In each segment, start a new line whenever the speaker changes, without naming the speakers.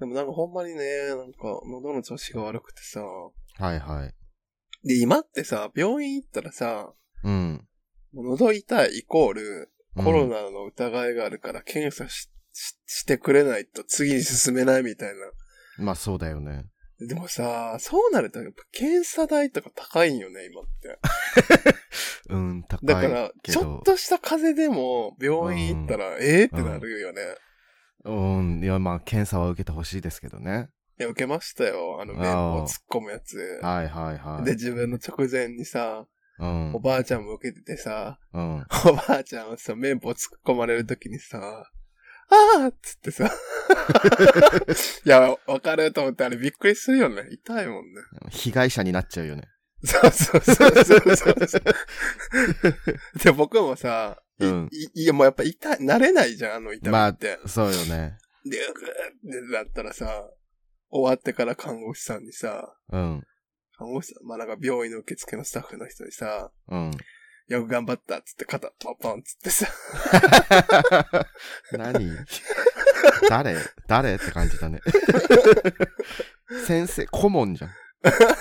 でもなんかほんまにね、なんか喉の調子が悪くてさ。
はいはい。
で、今ってさ、病院行ったらさ、
うん。
喉痛いイコール
うん
コロナの疑いがあるから検査し,し、してくれないと次に進めないみたいな。
まあそうだよね。
でもさ、そうなるとやっぱ検査代とか高いんよね、今って。
うん、高い。
だから、
け
ち
ど
ょっとした風邪でも病院行ったら、ええってなるよね。
うん、いやまあ検査は受けてほしいですけどね。
いや、受けましたよ。あの、綿棒突っ込むやつ。
はいはいはい。
で、自分の直前にさ、
うん
お。ばあちゃんも受けててさ、
うん。
おばあちゃんはさ、綿棒突っ込まれるときにさ、あーっつってさ。 いや、わかると思って、あれびっくりするよね。痛いもんね。
被害者になっちゃうよね。
そうそうそうそうそうそう。 で、僕もさ、い、
うん
いいや、もうやっぱ痛い、慣れないじゃん、あの痛みって。
そうよね。
で、うぐーってなったらさ、終わってから看護師さんにさ、
うん。
看護師さん、まあ、なんか病院の受付のスタッフの人にさ、
うん。
よく頑張ったっつって肩パンパンっつってさ、
何誰誰って感じだね。先生、顧 問じゃん。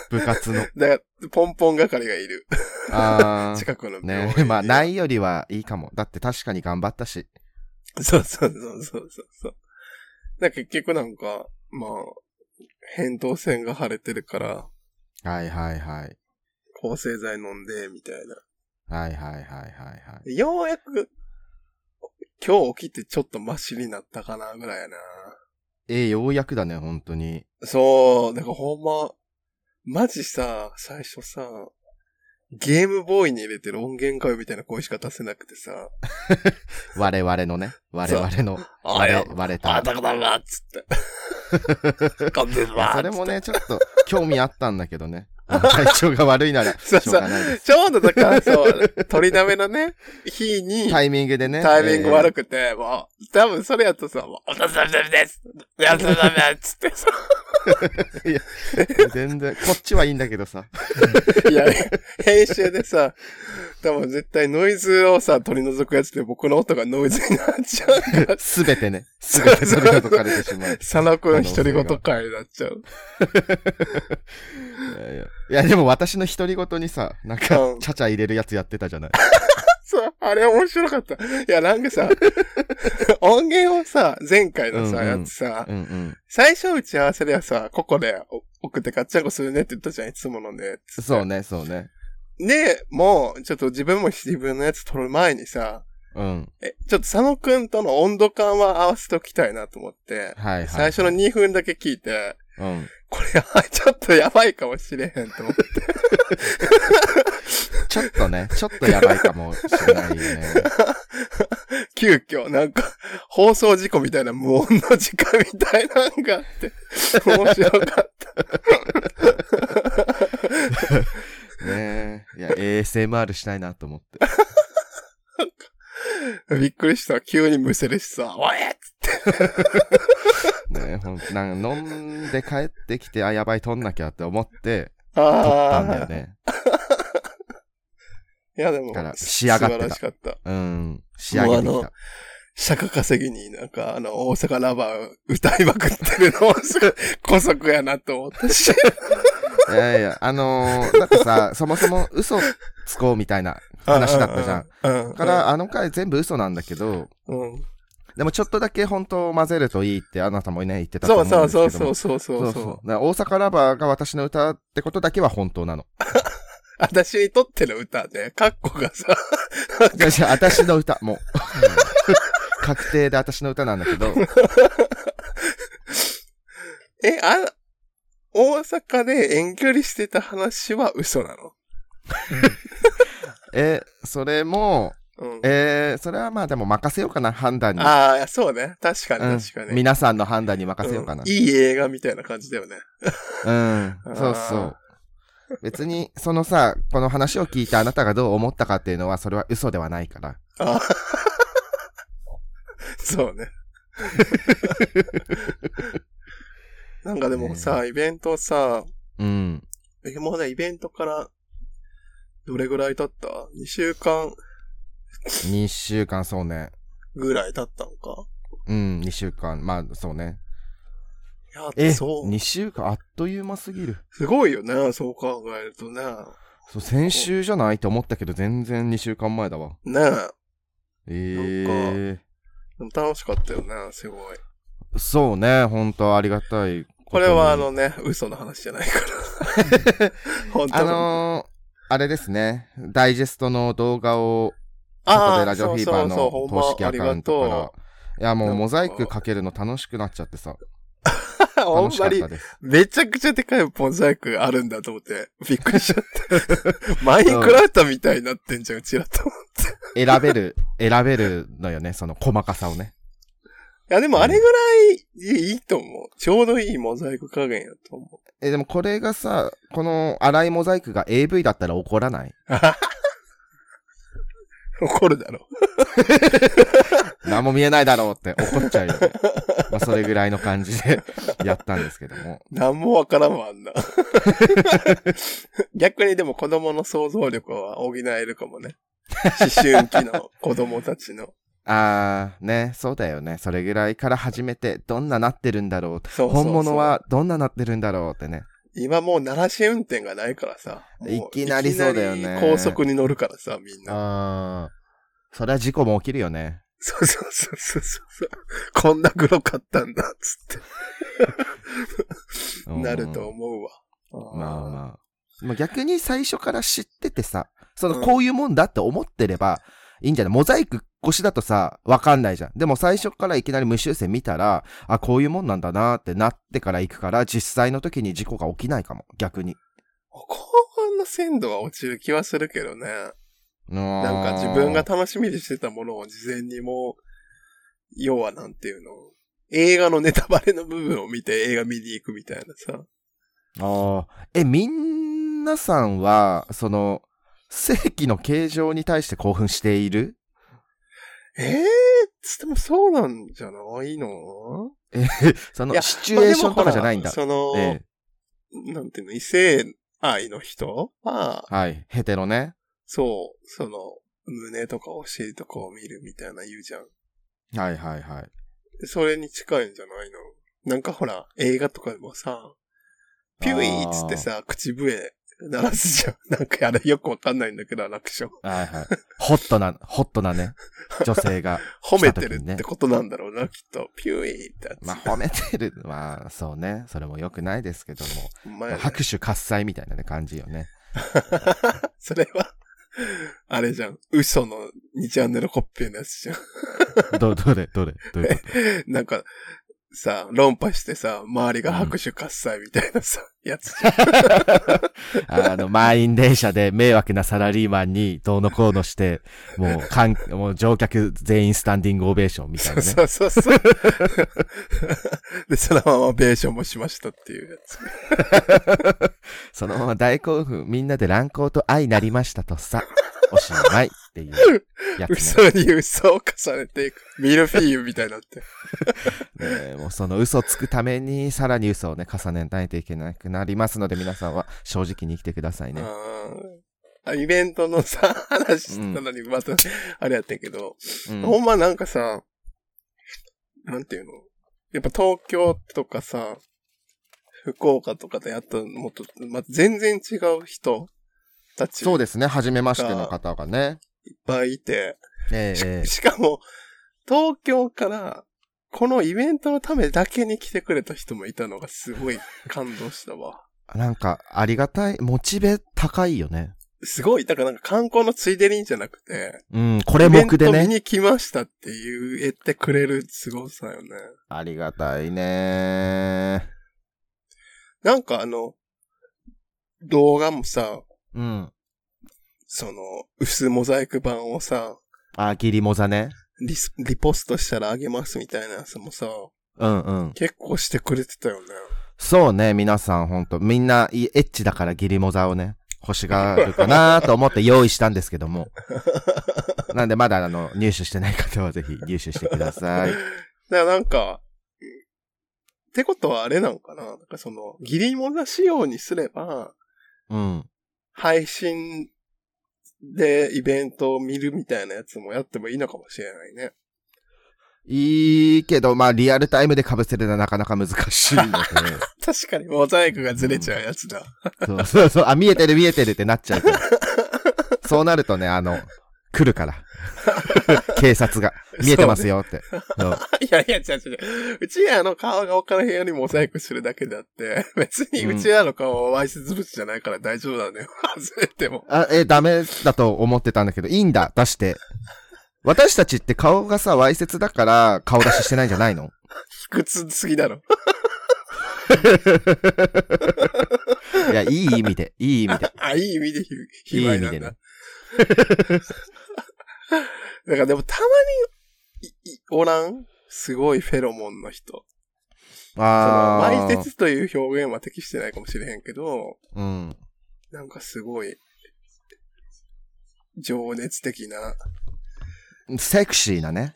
部活の。
だから、ポンポン係がいる。
ああ。
近くの病
ね
院に
まあ、ないよりはいいかも。だって確かに頑張ったし。
そうそうそうそうそうそう。だから結局なんか、まあ、扁桃腺が腫れてるから、
はいはいはい。
抗生剤飲んで、みたいな。
はいはいはいはいはい。
でようやく、今日起きてちょっとマシになったかな、ぐらいやな。
えー、ようやくだね、本当に。
そう、だからほんま、マジさ、最初さ、ゲームボーイに入れてる音源かよみたいな声しか出せなくてさ、
我 々のね。我々の。
あ
我
や、
々と。
あ、だからだっつって。完全だ
それもね、ちょっと興味あったんだけどね。 体調が悪いなら、し
そ
ょ
うそう
うがないです。
ちょうどだから、そう、取りだめのね、日に、
タイミングでね。
タイミング
えー
悪くて、もう、多分それやとさ、もう、お疲れ様ですお疲れ様ですつってさ、
全然、こっちはいいんだけ どさ。
いや、編集でさ、多分絶対ノイズをさ、取り除くやつで僕の音がノイズになっちゃうから、
すべ てね。すべて取り除かれてしまう。
佐野くん独り言会になっちゃう。
いやいやいや、でも私の独り言にさ、なんか
うん、
ちゃちゃ入れるやつやってたじゃ ない。
そう、あれ面白かった。いや、なんかさ、音源をさ、前回のさ、
うんうん
やつさ、
うんうん。
最初打ち合わせではさ、ここでお送ってガッチャンコするねって言ったじゃん、いつものね。
そうね、そうね。
で、もう、ちょっと自分も自分のやつ撮る前にさ、
うん。
え、ちょっと佐野くんとの温度感は合わせときたいなと思って、
はいはい。
最初の2分だけ聞いて、
うん。
これ、あちょっとやばいかもしれへんと思って。
ちょっとね、ちょっとやばいかもしれない よね。
急遽、なんか、放送事故みたいな無音の時間みたいなのがあって、面白かっ
ねえ。いや、ASMR したいなと思って。
た。 びっくりした。急にむせるしさ、おえっつって。
ねえ、ほんなんか飲んで帰ってきて、あ、やばい、取んなきゃって思って、取ったんだ
あ
よ
あ、
ね。
いやでも
だか、ら仕上がってた
素晴らしかった。
うん。仕上げ
も
てき
うあ
た
の。釈迦稼ぎになんか、あの、大阪ラバー歌いまくってるの をすごい、古速やなと思ったし。
いやいや、あのーだってさ、そもそも嘘つこうみたいな話だったじゃん。
うん。うん
だから、、あの回全部嘘なんだけど、
うん。
でもちょっとだけ本当を混ぜるといいってあなたもね、言ってたと
そ
思
う
うんですけ
そ
ど
うそうそう
そ
そうそうう
そう
そう。
だから大阪ラバーが私の歌ってことだけは本当なの。
私にとっての歌ね、カッコがさ、
じゃあじゃあ私の歌、もう。確定で私の歌なんだけど、
え、あ、大阪で遠距離してた話は嘘なの
え、それも、
うん。
えーそれはまあでも任せようかな、判断に。
ああ、そうね。確か
うん
に確かに。うん、
皆さんの判断に任せようかな。
いい映画みたいな感じだよね。
うん、そうそう。別に、そのさ、この話を聞いてあなたがどう思ったかっていうのは、それは嘘ではないから。
ああそう ね。なんかでもさ、イベントさ、
うん。
え、もうね、イベントから、どれぐらい経った ?2 週間
2週間、そうね。
ぐらい経ったのか
うん、2週間。まあ、そうね。
いや、
え、
そう
2。週間あっという間すぎる。
すごいよね、そう考えるとね。
そう、先週じゃないと思ったけど、全然2週間前だわ。
ねえ。
え
でも楽しかったよね、すごい。
えそうね、本当ありがたいとに
これはあ、のね、嘘の話じゃない から。本当
あのーあれですね、ダイジェストの動画を、
あ
後
ー
でラジオフィーバー
そう
の
そうそう
公式アカウント
ほ
か
んまあ
ら。いや、も
な
うん
か
モザイクかけるの楽しくなっちゃってさ。
りがとう。ほ
楽
ん
しか
ま
っ
に
た、です。
めちゃくちゃでかいモザイクあるんだと思って、びっくりしちゃ って。マインクラフトみたいになってんじゃん、うちらと。
選べる、選べるのよね、その細かさをね。
いや、でもあれぐらいいいと思う。ちょうどいいモザイク加減やと思う。
え、でもこれがさ、この粗いモザイクが AV だったら怒らない
怒るだろ
何も見えないだろうって怒っちゃうよ ね。まあそれぐらいの感じで やったんですけども。
う。なんもわからんわ、あんな。 逆にでも子供の想像力は補えるかもね。思春期の子供たちの。
あー、ね、そうだよね。それぐらいから始めて、どんななってるんだろうって
そうそうそう
本物はどんななってるんだろうってね。
今もう鳴らし運転がないからさ。もう
いきなりそうだよね
いきなり高速に乗るからさ、みんな。
あー、それは事故も起きるよね。
そうそうそうそうそう。こんな黒かったんだ、つって、
うん
なると思うわ。
まあまあ。まあ、逆に最初から知っててさ、そのこういうもんだって思ってればいいんじゃないモザイク越しだとさ、わかんないじゃん。でも最初からいきなり無修正見たら、あ、こういうもんなんだなってなってから行くから、実際の時に事故が起きないかも、逆に。
後半の鮮度は落ちる気はするけどね。な
な
か
ん
自分が、楽しみにしてたものを事前にもう、要はなんていうの、映画のネタバレの部分を見て映画見に行くみたいなさ。
ああ。え、みんなさんは、その、正規の形状に対して興奮している
ええでもそうなんじゃないの
え、 そ
い
の
や
シチュエーションとかじゃないんだ。
まあでもほらその、
え
なんていうの、異性愛の人は、
え、はい。ヘテロね。
そう、その、胸とかお尻とかを見るみたいな言うじゃん。
はいはいはい。
それに近いんじゃないのなんかほら、映画とかでもさ、ピュイーっつってさ、口笛鳴らすじゃん。なんかあれよくわかんないんだけど、アナク ション。
はいはい。ホットな、ホットなね、女 性が。
褒めてるってことなんだろうな、きっと。ピュイーってやつ。
まあ、褒めてる。まあ、そうね。それも良くないですけども。
ほんまやね
拍手喝采みたいなね、感じよね。
それは、あれじゃん。嘘の2チャンネルコッペのやつじゃん。
ど、どれ、どれ、どういうこと
なんか、さ、論破してさ、周りが拍手喝采みたいなさ、やつじゃん。
あの、満員電車で迷惑なサラリーマンにどうのこうのして、もう、かん、もう乗客全員スタンディングオベーションみたいなね。
そうそうそう。 で、そのままベーションもしましたっていうやつ。
そのまま大興奮、みんなで乱行と愛なりましたと さ、おしまいっていうやつね。
嘘に嘘を重ねていく。ミルフィーユみたいになって。
ねえもうその嘘つくために、さらに嘘をね、重ねないといけなくなりますので、皆さんは正直に生きてくださいね。
あーイベントのさ、話したのにまた、あれやったけど、
うん
ほんまなんかさ、なんていうのやっぱ東京とかさ、福岡とかでやったもっと、まあ、全然違う人たち
そう
いっ
ですね、初めましての方がね。
ぱいいて、
ええええ
しかも、東京から、このイベントのためだけに来てくれた人もいたのがすごい感動したわ。
なんか、ありがたい、モチベ高いよね。
すごい、だからなんか観光のついでにじゃなくて、
うん、これ目で
イベント見
ね。
に来ましたって言えてくれる凄さよね。
ありがたいね。
なんかあの、動画もさ、
うん。
その、薄モザイク版をさ、
あ、ギリモザね。
リスリポストしたらあげますみたいなやつもさ、
うんうん。
結構してくれてたよね。
そうね、皆さんほんと、みんないいエッチだからギリモザをね、欲しがるかなと思って用意したんですけども。なんでまだあの、入手してない方はぜ ひ入手してください。
だからなんか、ってことはあれなんかななんかその、ギリモザ仕様にすれば、
うん。
配信でイベントを見るみたいなやつもやってもいいのかもしれないね。
いいけど、まあ、リアルタイムで被せるのはなかなか難しいので。
確かにモザイクがずれちゃうやつだ。
そうそうそう、あ、見えてる見えてるってなっちゃうから。そうなるとね、あの、来るから。警察が。見えてますよって。そう
いやいや、違う違う。うちらの顔が他の部屋にモザイクするだけであって、 別にうちらの顔はわいせつ物じゃないから大丈夫なんだよ。 外れても。
あ、え、ダメだと思ってたんだけど、いいんだ、出して。私たちって顔がさ、わいせつだから、顔出ししてないんじゃないの
卑屈すぎだろ。
いや、いい意味で、いい意味で。
あ、いい意味で
い
ひ、
い
卑
意
猥
味
なんだ。
でね。
だからでもたまに、いいおらんすごいフェロモンの人。その、
あ
わ
ー。
いせつという表現は適してないかもしれへんけど、
うん。
なんかすごい、情熱的な。
セクシーなね。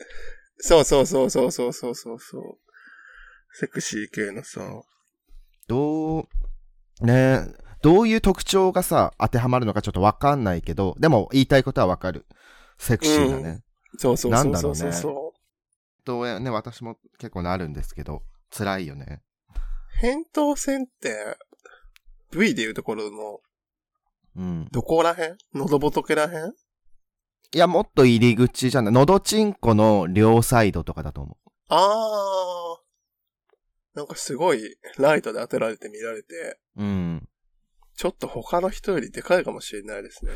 そうそうそうそうそうそうそうそう。セクシー系のさ。
どう、ねどういう特徴がさ、当てはまるのかちょっとわかんないけど、でも言いたいことはわかる。セクシーだね。
そうそう
なん
そう
だろ
そうう
ね
そうそう。
どうやね、私も結構なるんですけど、辛いよね。
扁桃腺って、V でいうところの、
うん。
どこら辺喉仏ら辺
いや、もっと入り口じゃない。のどちんこの両サイドとかだと思
あー。なんかすごい、ライトで当てられて見られて、
う。うん。
ちょっと他の人よりでかいかもしれないですね。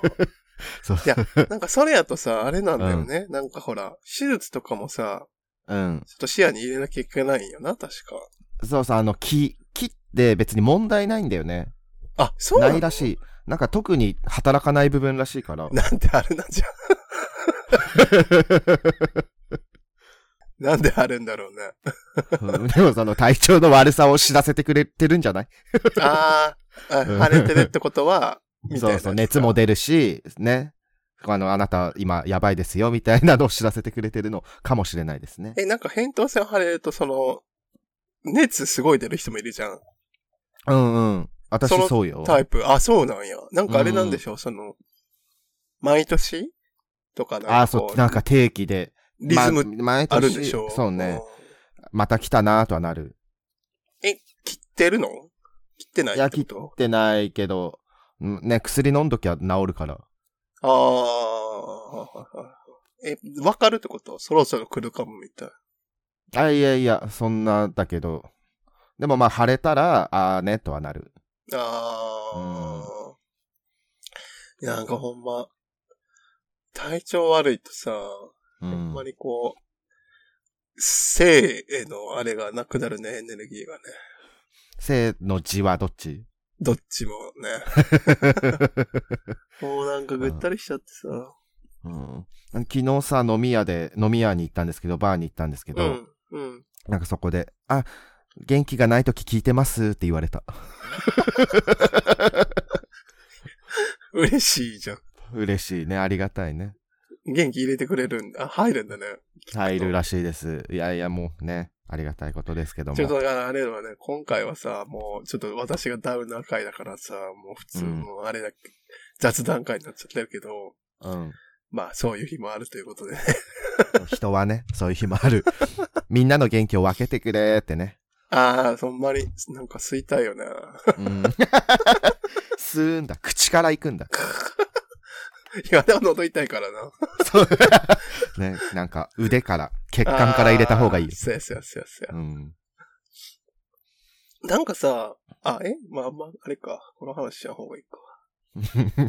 そう。
いやなんかそれやとさ、あれなんだよね。なんかほら、手術とかもさ、
うん。
ちょっと視野に入れなきゃいけないんよな、確か。
そうそう、あの、木、木って別に問題ないんだよね。
あ、そうな
ない
ん
らしい。なんか特に働かない部分らしい から。
なんであるなんじゃ。なんであるんだろうね。
うんでもその体調の悪さを知らせてくれてるんじゃない
あーあ、
うん
腫れてるってことは、みたい
そ
な
うそう、熱も出るし、ね。あの、あなた今やばいですよ、みたいなのを知らせてくれてるのかもしれないですね。
え、なんか扁桃腺腫れると、その、熱すごい出る人もいるじゃん。
うんうん。私
その
そうよ。
タイプ。あ、そうなんや。なんかあれなんでしょう、その、毎年とかなん
ああ、
かこ
そう、なんか定期で。
リズム
ま毎年
あるんでしょう。
そうね。
ん。
また来たなとはなる。
切ってるの切ってない
いや
ってこと
ってないけど、んね、薬飲んどきゃ治るから。
ああ。え、わかるってことそろそろ来るかもみたい。
あ、いやいや、そんなだけど。でもまあ、腫れたら、ああね、とはなる。
ああ。いやなんかほんま、体調悪いとさ、ほ
う
ん
ん
ま。にこう、性へのあれがなくなるね、エネルギーがね。
性の字はどっち
どっちもね。もうなんかぐったりしちゃってさ。
うん、昨日さ、飲み屋で、飲み屋に行ったんですけど、バーに行ったんですけ
う
ど、
ん、うん。
なんかそこで、あ、元気がないとき聞いてますって言われた。
嬉しいじゃん。
嬉しいね、ありがたいね。
元気入れてくれるんだ。あ、入るんだね。
入るらしいです。いやいや、もうね、ありがたいことですけども。
ちょっとだからあれはね、今回はさ、もうちょっと私がダウナー回だからさ、もう普通
うん
のあれだ、雑談会になっちゃってるけど、
うん。
まあそういう日もあるということでね。
人はね、そういう日もある。みんなの元気を分けてくれってね。
ああ、そんまになんか吸いたいよな。
うん。吸うんだ。口から行くんだ。
いや、でも喉痛いからな。
そう。ね、なんか腕から、血管から入れた方がいい
あー。そうやそうやそうやそうや。
うん。
なんかさ、あ、えまあまあ、あれか。この話しちゃう方がいい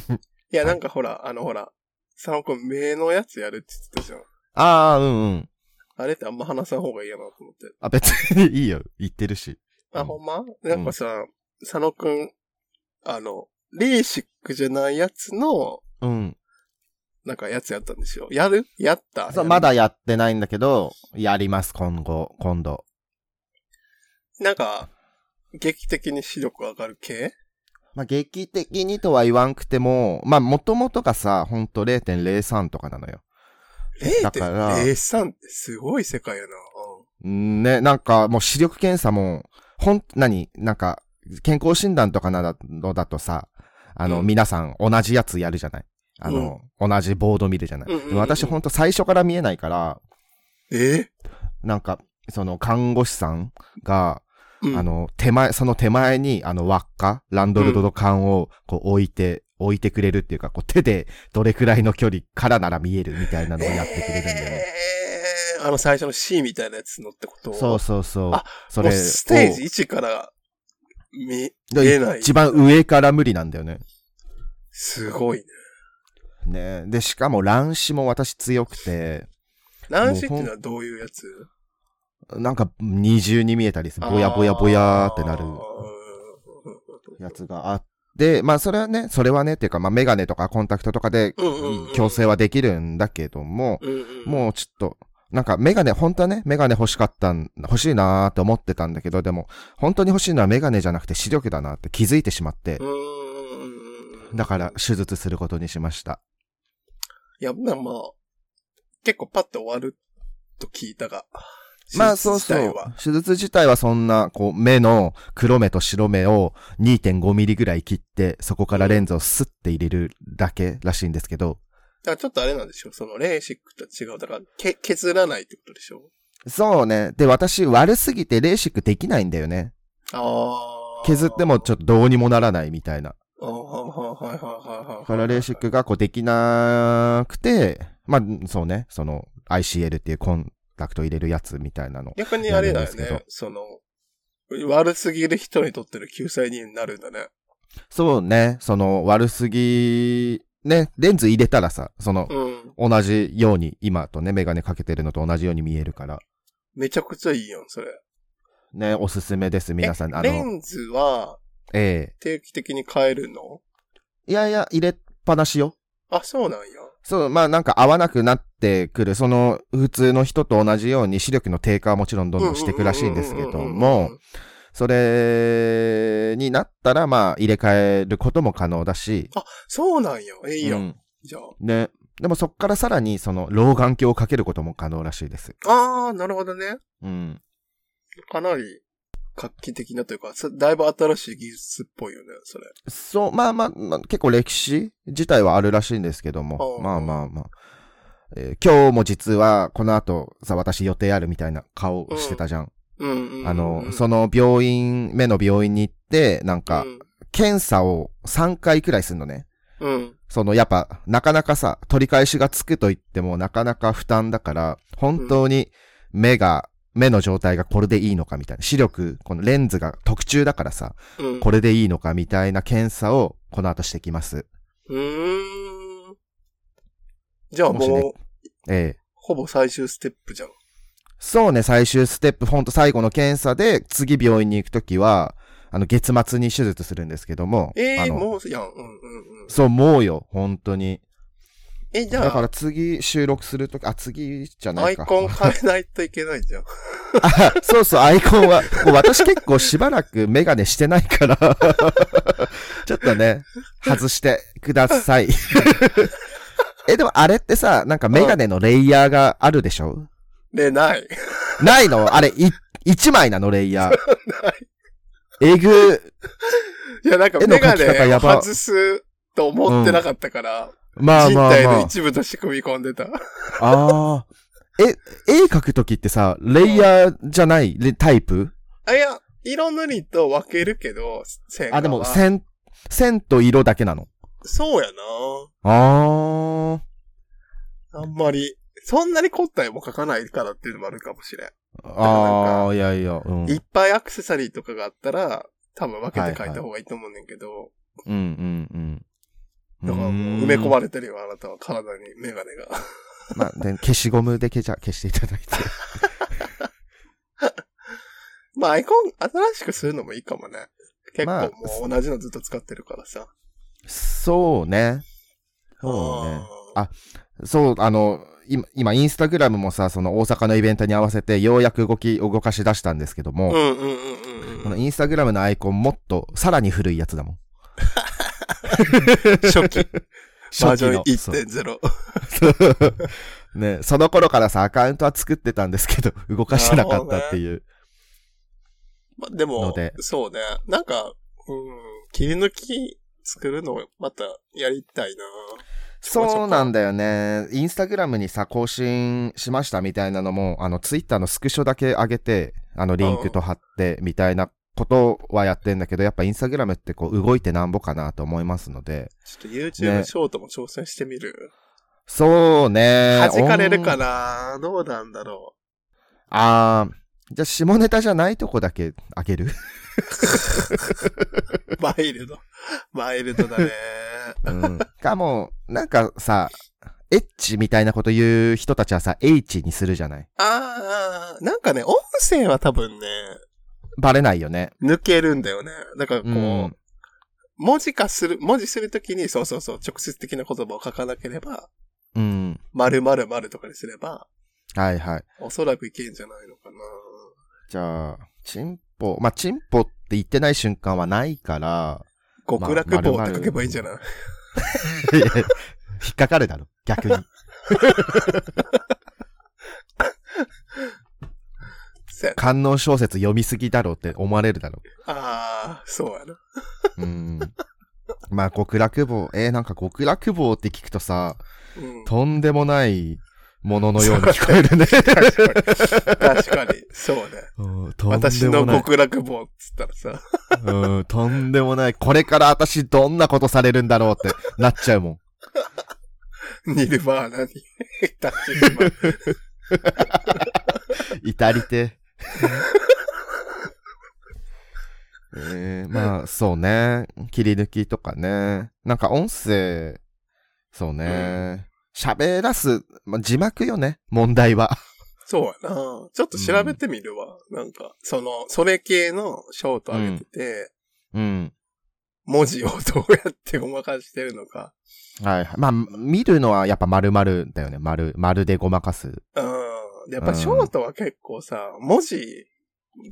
か。いや、なんかほら、あのほら、佐野くん目のやつやるって言ってたじゃん。
ああ、うんうん。
あれってあんま話さん方がいいやなと思って。
あ、別にいいよ。言ってるし。う
あ、
ん
ほんまなんかさ、佐野くん、あの、レーシックじゃないやつの、
うん。
なんかやつやったんですよ。やるやった
そう、ま。だやってないんだけど、やります、今後、今度。
なんか、劇的に視力上がる系
まあ、劇的にとは言わんくても、まあ、もともとがさ、ほんと0.03とかなのよ。だから
0.03ってすごい世界やな。
んね、なんか、もう視力検査も、ほん、何なんか、健康診断とかなどのだとさ、あの、
うん
皆さん同じやつやるじゃないあの、同じボード見るじゃない、
うんうんうんうん
でも私ほんと最初から見えないから、
え
なんか、その看護師さんが、
うん
あ、の、手前、その手前に、あの、輪っか、ランドルドの缶を、こう置いて、置いてくれるっていうか、こう手でどれくらいの距離からなら見えるみたいなのをやってくれるんだよね。
えーあの最初の C みたいなやつのってこと
そうそうそう
あ。
それ
もうステージ1から見、
を
見えない。
一番上から無理なんだよね。
すごいね。
ねで、しかも乱視も私強くて、
乱視っていうのはどういうやつ
なんか二重に見えたりする。ぼやぼやぼやーってなるやつがあって、まあそれはね、それはね、っていうか、まあメガネとかコンタクトとかで
うんうんうん
矯正はできるんだけども、
うんうんうん。
もうちょっと、なんかメガネ、本当はね、メガネ欲しかったん、欲しいなーって思ってたんだけど、でも、本当に欲しいのはメガネじゃなくて視力だなって気づいてしまって
う、んうんうん。
だから手術することにしました。
いや、まあまあ、結構パッと終わると聞いたが。
まあそう
手術
そう
自体は。
手術自体はそんな、こう、目の黒目と白目を2.5ミリぐらい切って、そこからレンズをスッて入れるだけらしいんですけど、
だからちょっとあれなんでしょそのレーシックとは違う。だから、け削らないってことでしょ
そうね。で、私悪すぎてレーシックできないんだよね。
ああ。
削ってもちょっとどうにもならないみたいな。
ああ、はいはいはいはいはい。
だからレーシックがこうできなくて、まあ、そうね。その ICL っていうコンタクト入れるやつみたいなの。
逆にあれだ
や
よ
るんですけ
ね。その、悪すぎる人にとっての救済になるんだね。
そうね。その悪すぎ、ね、レンズ入れたらさ、その、
うん。
同じように、今とね、メガネかけてるのと同じように見えるから、
めちゃくちゃいいやん、それ。
ね、おすすめです、皆さん。あ
えレ
の、
ンズは
え
定期的に変えるの
えいやいや、入れっぱなしよ。
あ、そうなんや。
そう、まあなんか合わなくなってくる、その普通の人と同じように視力の低下はもちろんどんどんしていくらしいんですけども、それになったらまあ入れ替えることも可能だし、
そうなんや。え、いいや。
うんん
じゃあ。
ね。でもそっからさらにその老眼鏡をかけることも可能らしいです。
あー、なるほどね。
うん。
かなり画期的なというか、そだいぶ新しい技術っぽいよね、それ。
そう、まあまあ、まあ結構歴史自体はあるらしいんですけども
う、ん
まあまあまあ。えー今日も実はこの後さ、私予定あるみたいな顔してたじゃん
うんうんうんうん。
あの、その病院、目の病院に行って、なんか、検査を3回くらいするのね。
うん。うん。
その、やっぱ、なかなかさ、取り返しがつくと言っても、なかなか負担だから、本当に目が、目の状態がこれでいいのかみたいな。視力、このレンズが特注だからさ、
うん。
これでいいのかみたいな検査を、この後してきます。
うーん。じゃあも
もし
う、
ねええ
ほぼ最終ステップじゃん。
そうね、最終ステップ、ほんと最後の検査で、次病院に行くときは、あの、月末に手術するんですけども。
ええ
あの
もう、やん。うんうんうん。
そう、もうよ、本当に。
え、じ
だ
ゃ
か
あ
ら、次収録するとき、あ、次じゃな
ア
い
イ
か。
コン変えないといけないじゃん。
あそうそう、アイコンは。もう私結構しばらくメガネしてないから。 ちょっとね、外してください。 え、でもあれってさ、なんかメガネのレイヤーがあるでしょ
で、ない。
ないのあれ、い、一枚なのレイヤー。えぐ、
いや、なんか
絵の
メガ
描き
ネ
方や
を
ば
外すと思ってなかったから、
まあ
人
まあ
体
ま
の
あ。
一部として組み込んでた。
ああ。え、絵描くときってさ、レイヤーじゃないレタイプ
あ、いや、色塗りと分けるけど、線
あ、でも、
は
線、線と色だけなの。
そうや
あ
なあんまり、そんなに今回も書かないからっていうのもあるかもしれん。
あ。ああ、いやいや、うん。
いっぱいアクセサリーとかがあったら、多分分けて書いた方がいいと思うねんけど、
うんうんうん。
だからもう埋め込まれてるよ、あなたは体にメガネが。
まあ、で消しゴムで消じゃ、消していた だいて。
まあ、アイコン新しくするのもいいかもね。結
まあ
構もう同じのずっと使ってるからさ。
そうね。そうね。そう、あの、今、今、インスタグラムもさ、その大阪のイベントに合わせて、ようやく動き、動かし出したんですけど
あー
も、
うんうんうんうん
こ
うん
のインスタグラムのアイコンもっと、さらに古いやつだもん。
初期、 バージョン
そう
1.0。
ね、その頃からさ、アカウントは作ってたんですけど、動かしてなかったっていう。
まあ、で
の
も
で、
そうね。なんか、うん、切り抜き作るのまたやりたいな
そうなんんだよね。インスタグラムにさ、更新しましたみたいなのも、あの、ツイッターのスクショだけ上げて、あの、リンクと貼って、みたいなことはやってんだけど、やっぱインスタグラムってこう、動いてなんぼかなと思いますので。
ちょっと YouTube
ね
ショートも挑戦してみる。
そうね。
弾かれるか
な。
などうなんだろ
あー、じゃあ、下ネタじゃないとこだけ上げる
う。 マイルド。マイルドだね。
うん。 かも、なんかさ、エッチみたいなこと言う人たちはさ、H にするじゃない
あー、なんかね、音声は多分ね、
バレないよね。
抜けるんだよね。だからこう、
うん。
文字化する、文字するときに、そうそうそう、直接的な言葉を書かなければ、
うん。
〇〇〇とかにすれば、
はいはい。
おそらくいけんじゃないのかな。
じゃあ、チンポ、まあ、チンポって言ってない瞬間はない から、
極楽棒って書けばいいんじゃない、
引っかかるだろ、逆に。
せ
観音小説読みすぎだろって思われるだろ。
ああ、そうやな。
うん。まあ、極楽棒、えー、なんか極楽棒って聞くとさ、
うん。
とんでもないもののように聞こえるね。
確かに。確かに。そうね。
うんとん
私
でも
の
ない。
極楽棒っつったらさ、
うん、とんでもない。これから私どんなことされるんだろうってなっちゃうもん。
ニルバーナに、 タッチリマ
至り て。えー、まあ、そうね。切り抜きとかね。なんか音声、そうね。喋、らす、まあ、字幕よね。問題は。
そうやな。ちょっと調べてみるわ。なんか、その、それ系のショート上げてて、
うん。
文字をどうやってごまかしてるのか。
はいはい。まあ、見るのはやっぱ丸々だよね。丸、丸でごまかす。
うん。でやっぱショートは結構さ、文字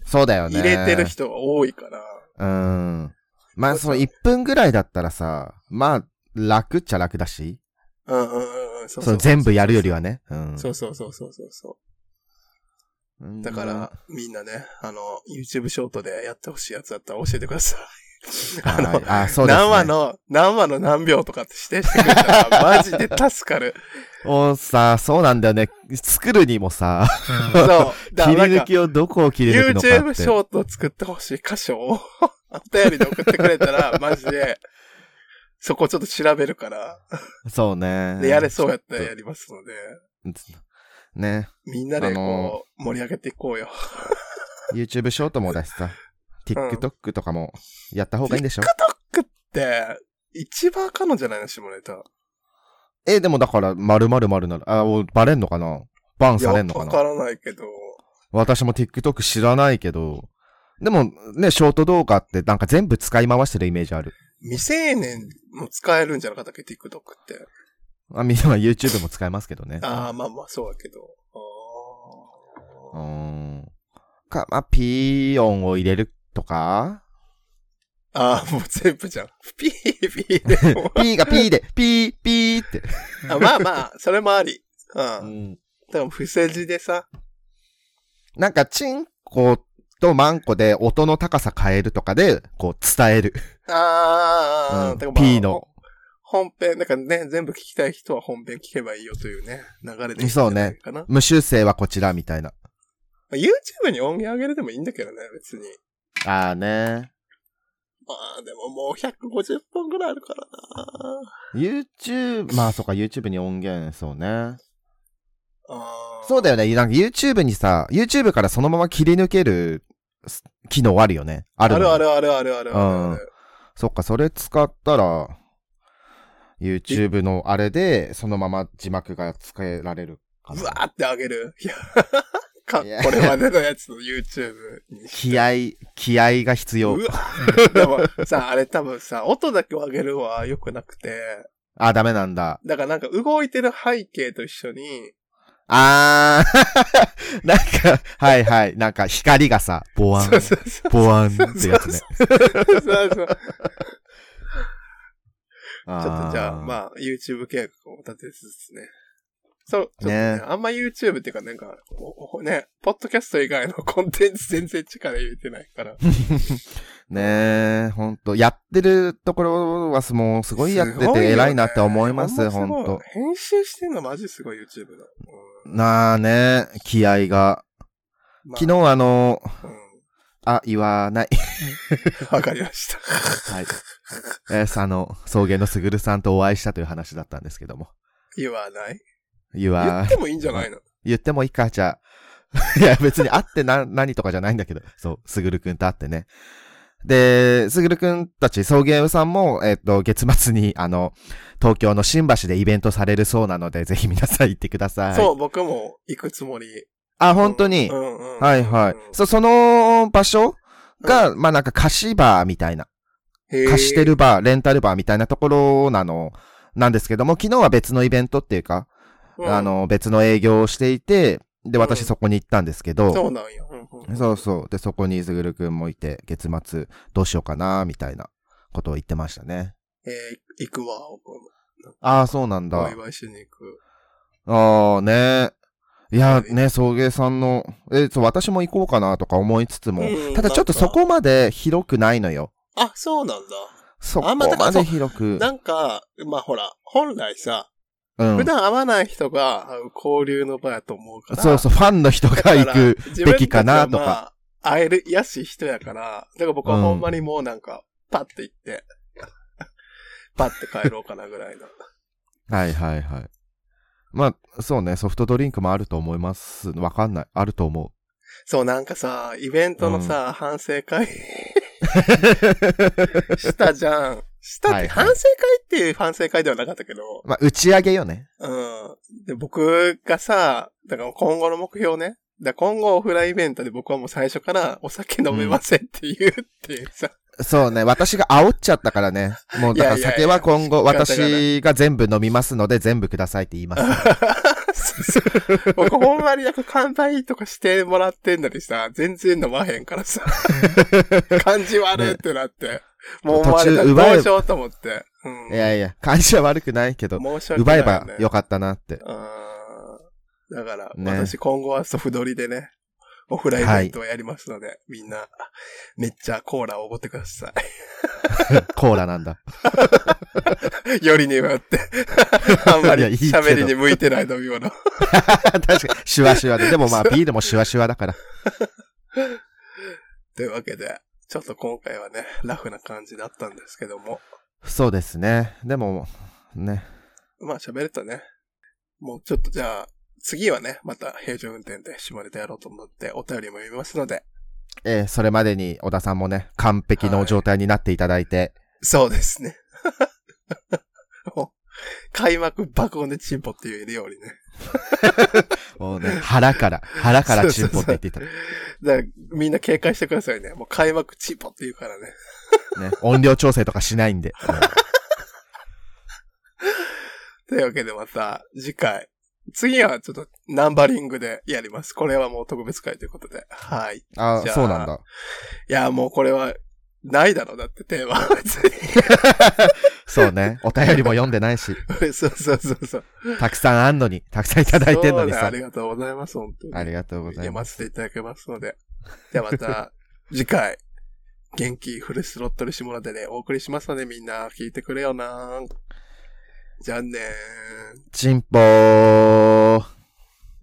そうだよね。
入れてる人が多いから、
うん。まあ、その1分ぐらいだったらさ、まあ、楽っちゃ楽だし。
うんうんうん、そ
その全部やるよりはね。うん。
そうそうそうそうそうそう。だから、みんなね、あの、YouTube ショートでやってほしいやつだったら教えてください。あの
はい、あ、そうですね。
何話の、何話の何秒とかって指定してくれた ら、マジで助かる。
おさ、そうなんだよね。作るにもさ、
そう。 だか
切り
らなん
抜
か、
きをどこを切り抜くのかって。
YouTube ショートを作ってほしい箇所を、 お便りで送ってくれた ら、マジで、そこちょっと調べるから、
そうね。
でやれそうやったらやりますので、
ね。
みんなで
あの
こう、盛り上げていこうよ。
YouTube ショートもだしさ、TikTok とかもやった方がいいんでしょ、
TikTok って、一番あかんのじゃないの、下ネタ。
え、でもだから、〇〇〇なら、あ、おバレんのかなバン
いや、
され
わ
んのか
か
な
らないけど、
私も TikTok 知らないけど、でもね、ショート動画ってなんか全部使い回してるイメージある。
未成年も使えるんじゃなかったっけ、TikTok って。
あ、みんなは YouTube も使えますけどね。
ああ、まあまあ、そうだけど。あ
う
ー
ーん。か、まあ、ピー音を入れるとか
あー、もう全部じゃん。ピーピーで も。
ピーがピーで、ピー、ピーって。
あまあまあ、それもあり。うん。
ん。
でも、伏せ字でさ。
なんか、チンコとマンコで音の高さ変えるとかで、こう、伝える。
ああ、
うん
だからまあ
P の。
本編、だからね、全部聞きたい人は本編聞けばいいよというね、流れでいいんじ
そ
ゃ
うね
ないかな。ま
無修正はこちらみたいな。
あ YouTube に音源上げるでもいいんだけどね、別に。
ああね。
まあ、でももう150本ぐらいあるからな。
YouTube、まあそうか、YouTube に音源、そうね。
あー
そうだよね。なんか YouTube にさ、YouTube からそのまま切り抜けるす機能あるよね。あ
あ
る
る
の
あるあるあるあるある。
そっか、それ使ったら、YouTube のあれで、そのまま字幕が使えられるかな
うわーって上げる。 いや、か、こ
いや
れまでのやつの YouTube に。
気合、気合が必要
う。わ でもさ、あれ多分さ、音だけを上げるは良くなくて、
あ、ダメなんだ。
だからなんか動いてる背景と一緒に、
あー、 なんか、はいはい、なんか光がさ、ボワン
そう、そうそう
ボワンってやつね。
そうそうそう。
ちょ
ちょっとじゃあ、ま
あ
あ、YouTube 計画を立てつつね。そう、ちょっとね
ね
あんま YouTube っていうかなんか、おおね、ポッドキャスト以外のコンテンツ全然力入れてないから。
ねえ、ほんと。やってるところはもうすごいやってて偉いなって思います、ほ
本
んと。
編集してんのマジすごい YouTube だ。うん
なあね、気合が。
まあ
昨日あの、
う
あ、言わない。
んわかりました。
はい。えー、あの、草原のすぐるさんとお会いしたという話だったんですけども。
言わない
言
言
わ
っ、てもいいんじゃないの
言ってもいいか、じゃあ。い や、別に会ってな、何とかじゃないんだけど、そう、すぐるくんと会ってね。で、すぐるくんたち、送迎さんも、えっ、と、月末に、あの、東京の新橋でイベントされるそうなので、ぜひ皆さん行ってください。。
そうう、僕も行くつもり。
あ、本当に。
うんうん
はいはい。そ、その場所が、まあなんか貸しバーみたいな。貸して
る。
るバー、レンタルバーみたいなところなの、なんですけども、昨日は別のイベントっていうか、
うん
あ、の、別の営業をしていて、
う
で、私
ん
そこに行ったんですけ
そ
ど、
うなんよ。うんうん
そうそう。で、そこにすぐるくんもいて、月末どうしようかな、みたいなことを言ってましたね。
えー行くわ、僕も
ああ、そうなんだ。
お
あ
祝いしに行く。
あ、ね。いや、
は
ね、送迎さんの、え、そう、私も行こうかなとか思いつつも
うん、
ただちょっと
なんか
そこまで広くないのよ。
あ、そうなんだ。
そ
あ
こ
んまだから
まで広く。
なんか、まあほら、本来さ、
うん
普。段会わない人が会う交流の場やと思うから。
そうそう、ファンの人
だ
が
から
行く。べきかな
自分た
とか。
ちはまあ会える、やし人やから、だから僕はほんまにもうなんか、パッて行って、 パッて帰ろうかなぐらいの。
はいはいはい。まあ、そうね、ソフトドリンクもあると思います。わかんない。ある と思う。
そう、なんかさ、イベントのさ、反省会 したじゃん。したって、
はいは
反
い
省会っていう反省会ではなかったけど、
まあ、打ち上げよね。
うん。で、僕がさ、だから今後の目標ね。だから今後オフラインイベントで僕はもう最初からお酒飲めませんって言うっていう さ、
そうね、私が煽っちゃったからね。もう、だか
いやいや
ら
いや
酒は今後、
仕方がない
私が全部飲みますので、全部くださいって言 います。
僕ほんまになんか乾杯とかしてもらってんのにさ、全然飲まへんから さ、感じ悪いってなって、もう思われた
途中奪え
らどうしようと思って。うん。
いやいや、感謝悪くないけど、
申し訳な
奪
い、
え
ね。
ばよかったなって。
うん だから、
ね
私今後はソフドリでね、オフラインイベントをやりますので、みんな、めっちゃコーラをおごってくださ
コーラなんだ。
い。 よりによ って。あんまり
いやいいけど
喋りに向いてない飲み物。
確かに、シュワシュワで。でもまあ、ビールもシュワシュワだから。
というわけで、ちょっと今回はね、ラフな感じだったんですけども、
そうですね。でも、ね。
まあ喋れたね。もうちょっとじゃあ、次はね、また平常運転で締まれてやろうと思って、お便りも読みますので、
えーそれまでに小田さんもね、完璧の状態になっていただいて、
そうです ね。 もう開幕爆音でチンポって言えるようにね。
もうね、腹 から、腹からチンポって言っていた。ね、
だからみんな警戒してくださいね。もう開幕チンポって言うからね。
音量調整とかしないんで。もう
というわけでまた次回。次はちょっとナンバリングでやります。これはもう特別会ということで。はい。い
あ
じゃあ
そうなんだ。
や、もうこれは、ないだろう。だってテーマは 別
そうね。お便りも読んでないし、
に。そうそうそうそう。
たくさんあんのに、たくさんいただいてんのに
そうね
さ。
ありがとうございます、本当に。
ありがとうござい
読
ま。
ますせていただけますので。ではま た、次回、元気フルスロットル下田で、ね、お送りしますので、みんな聞いてくれよなじゃあねー。
チンポー。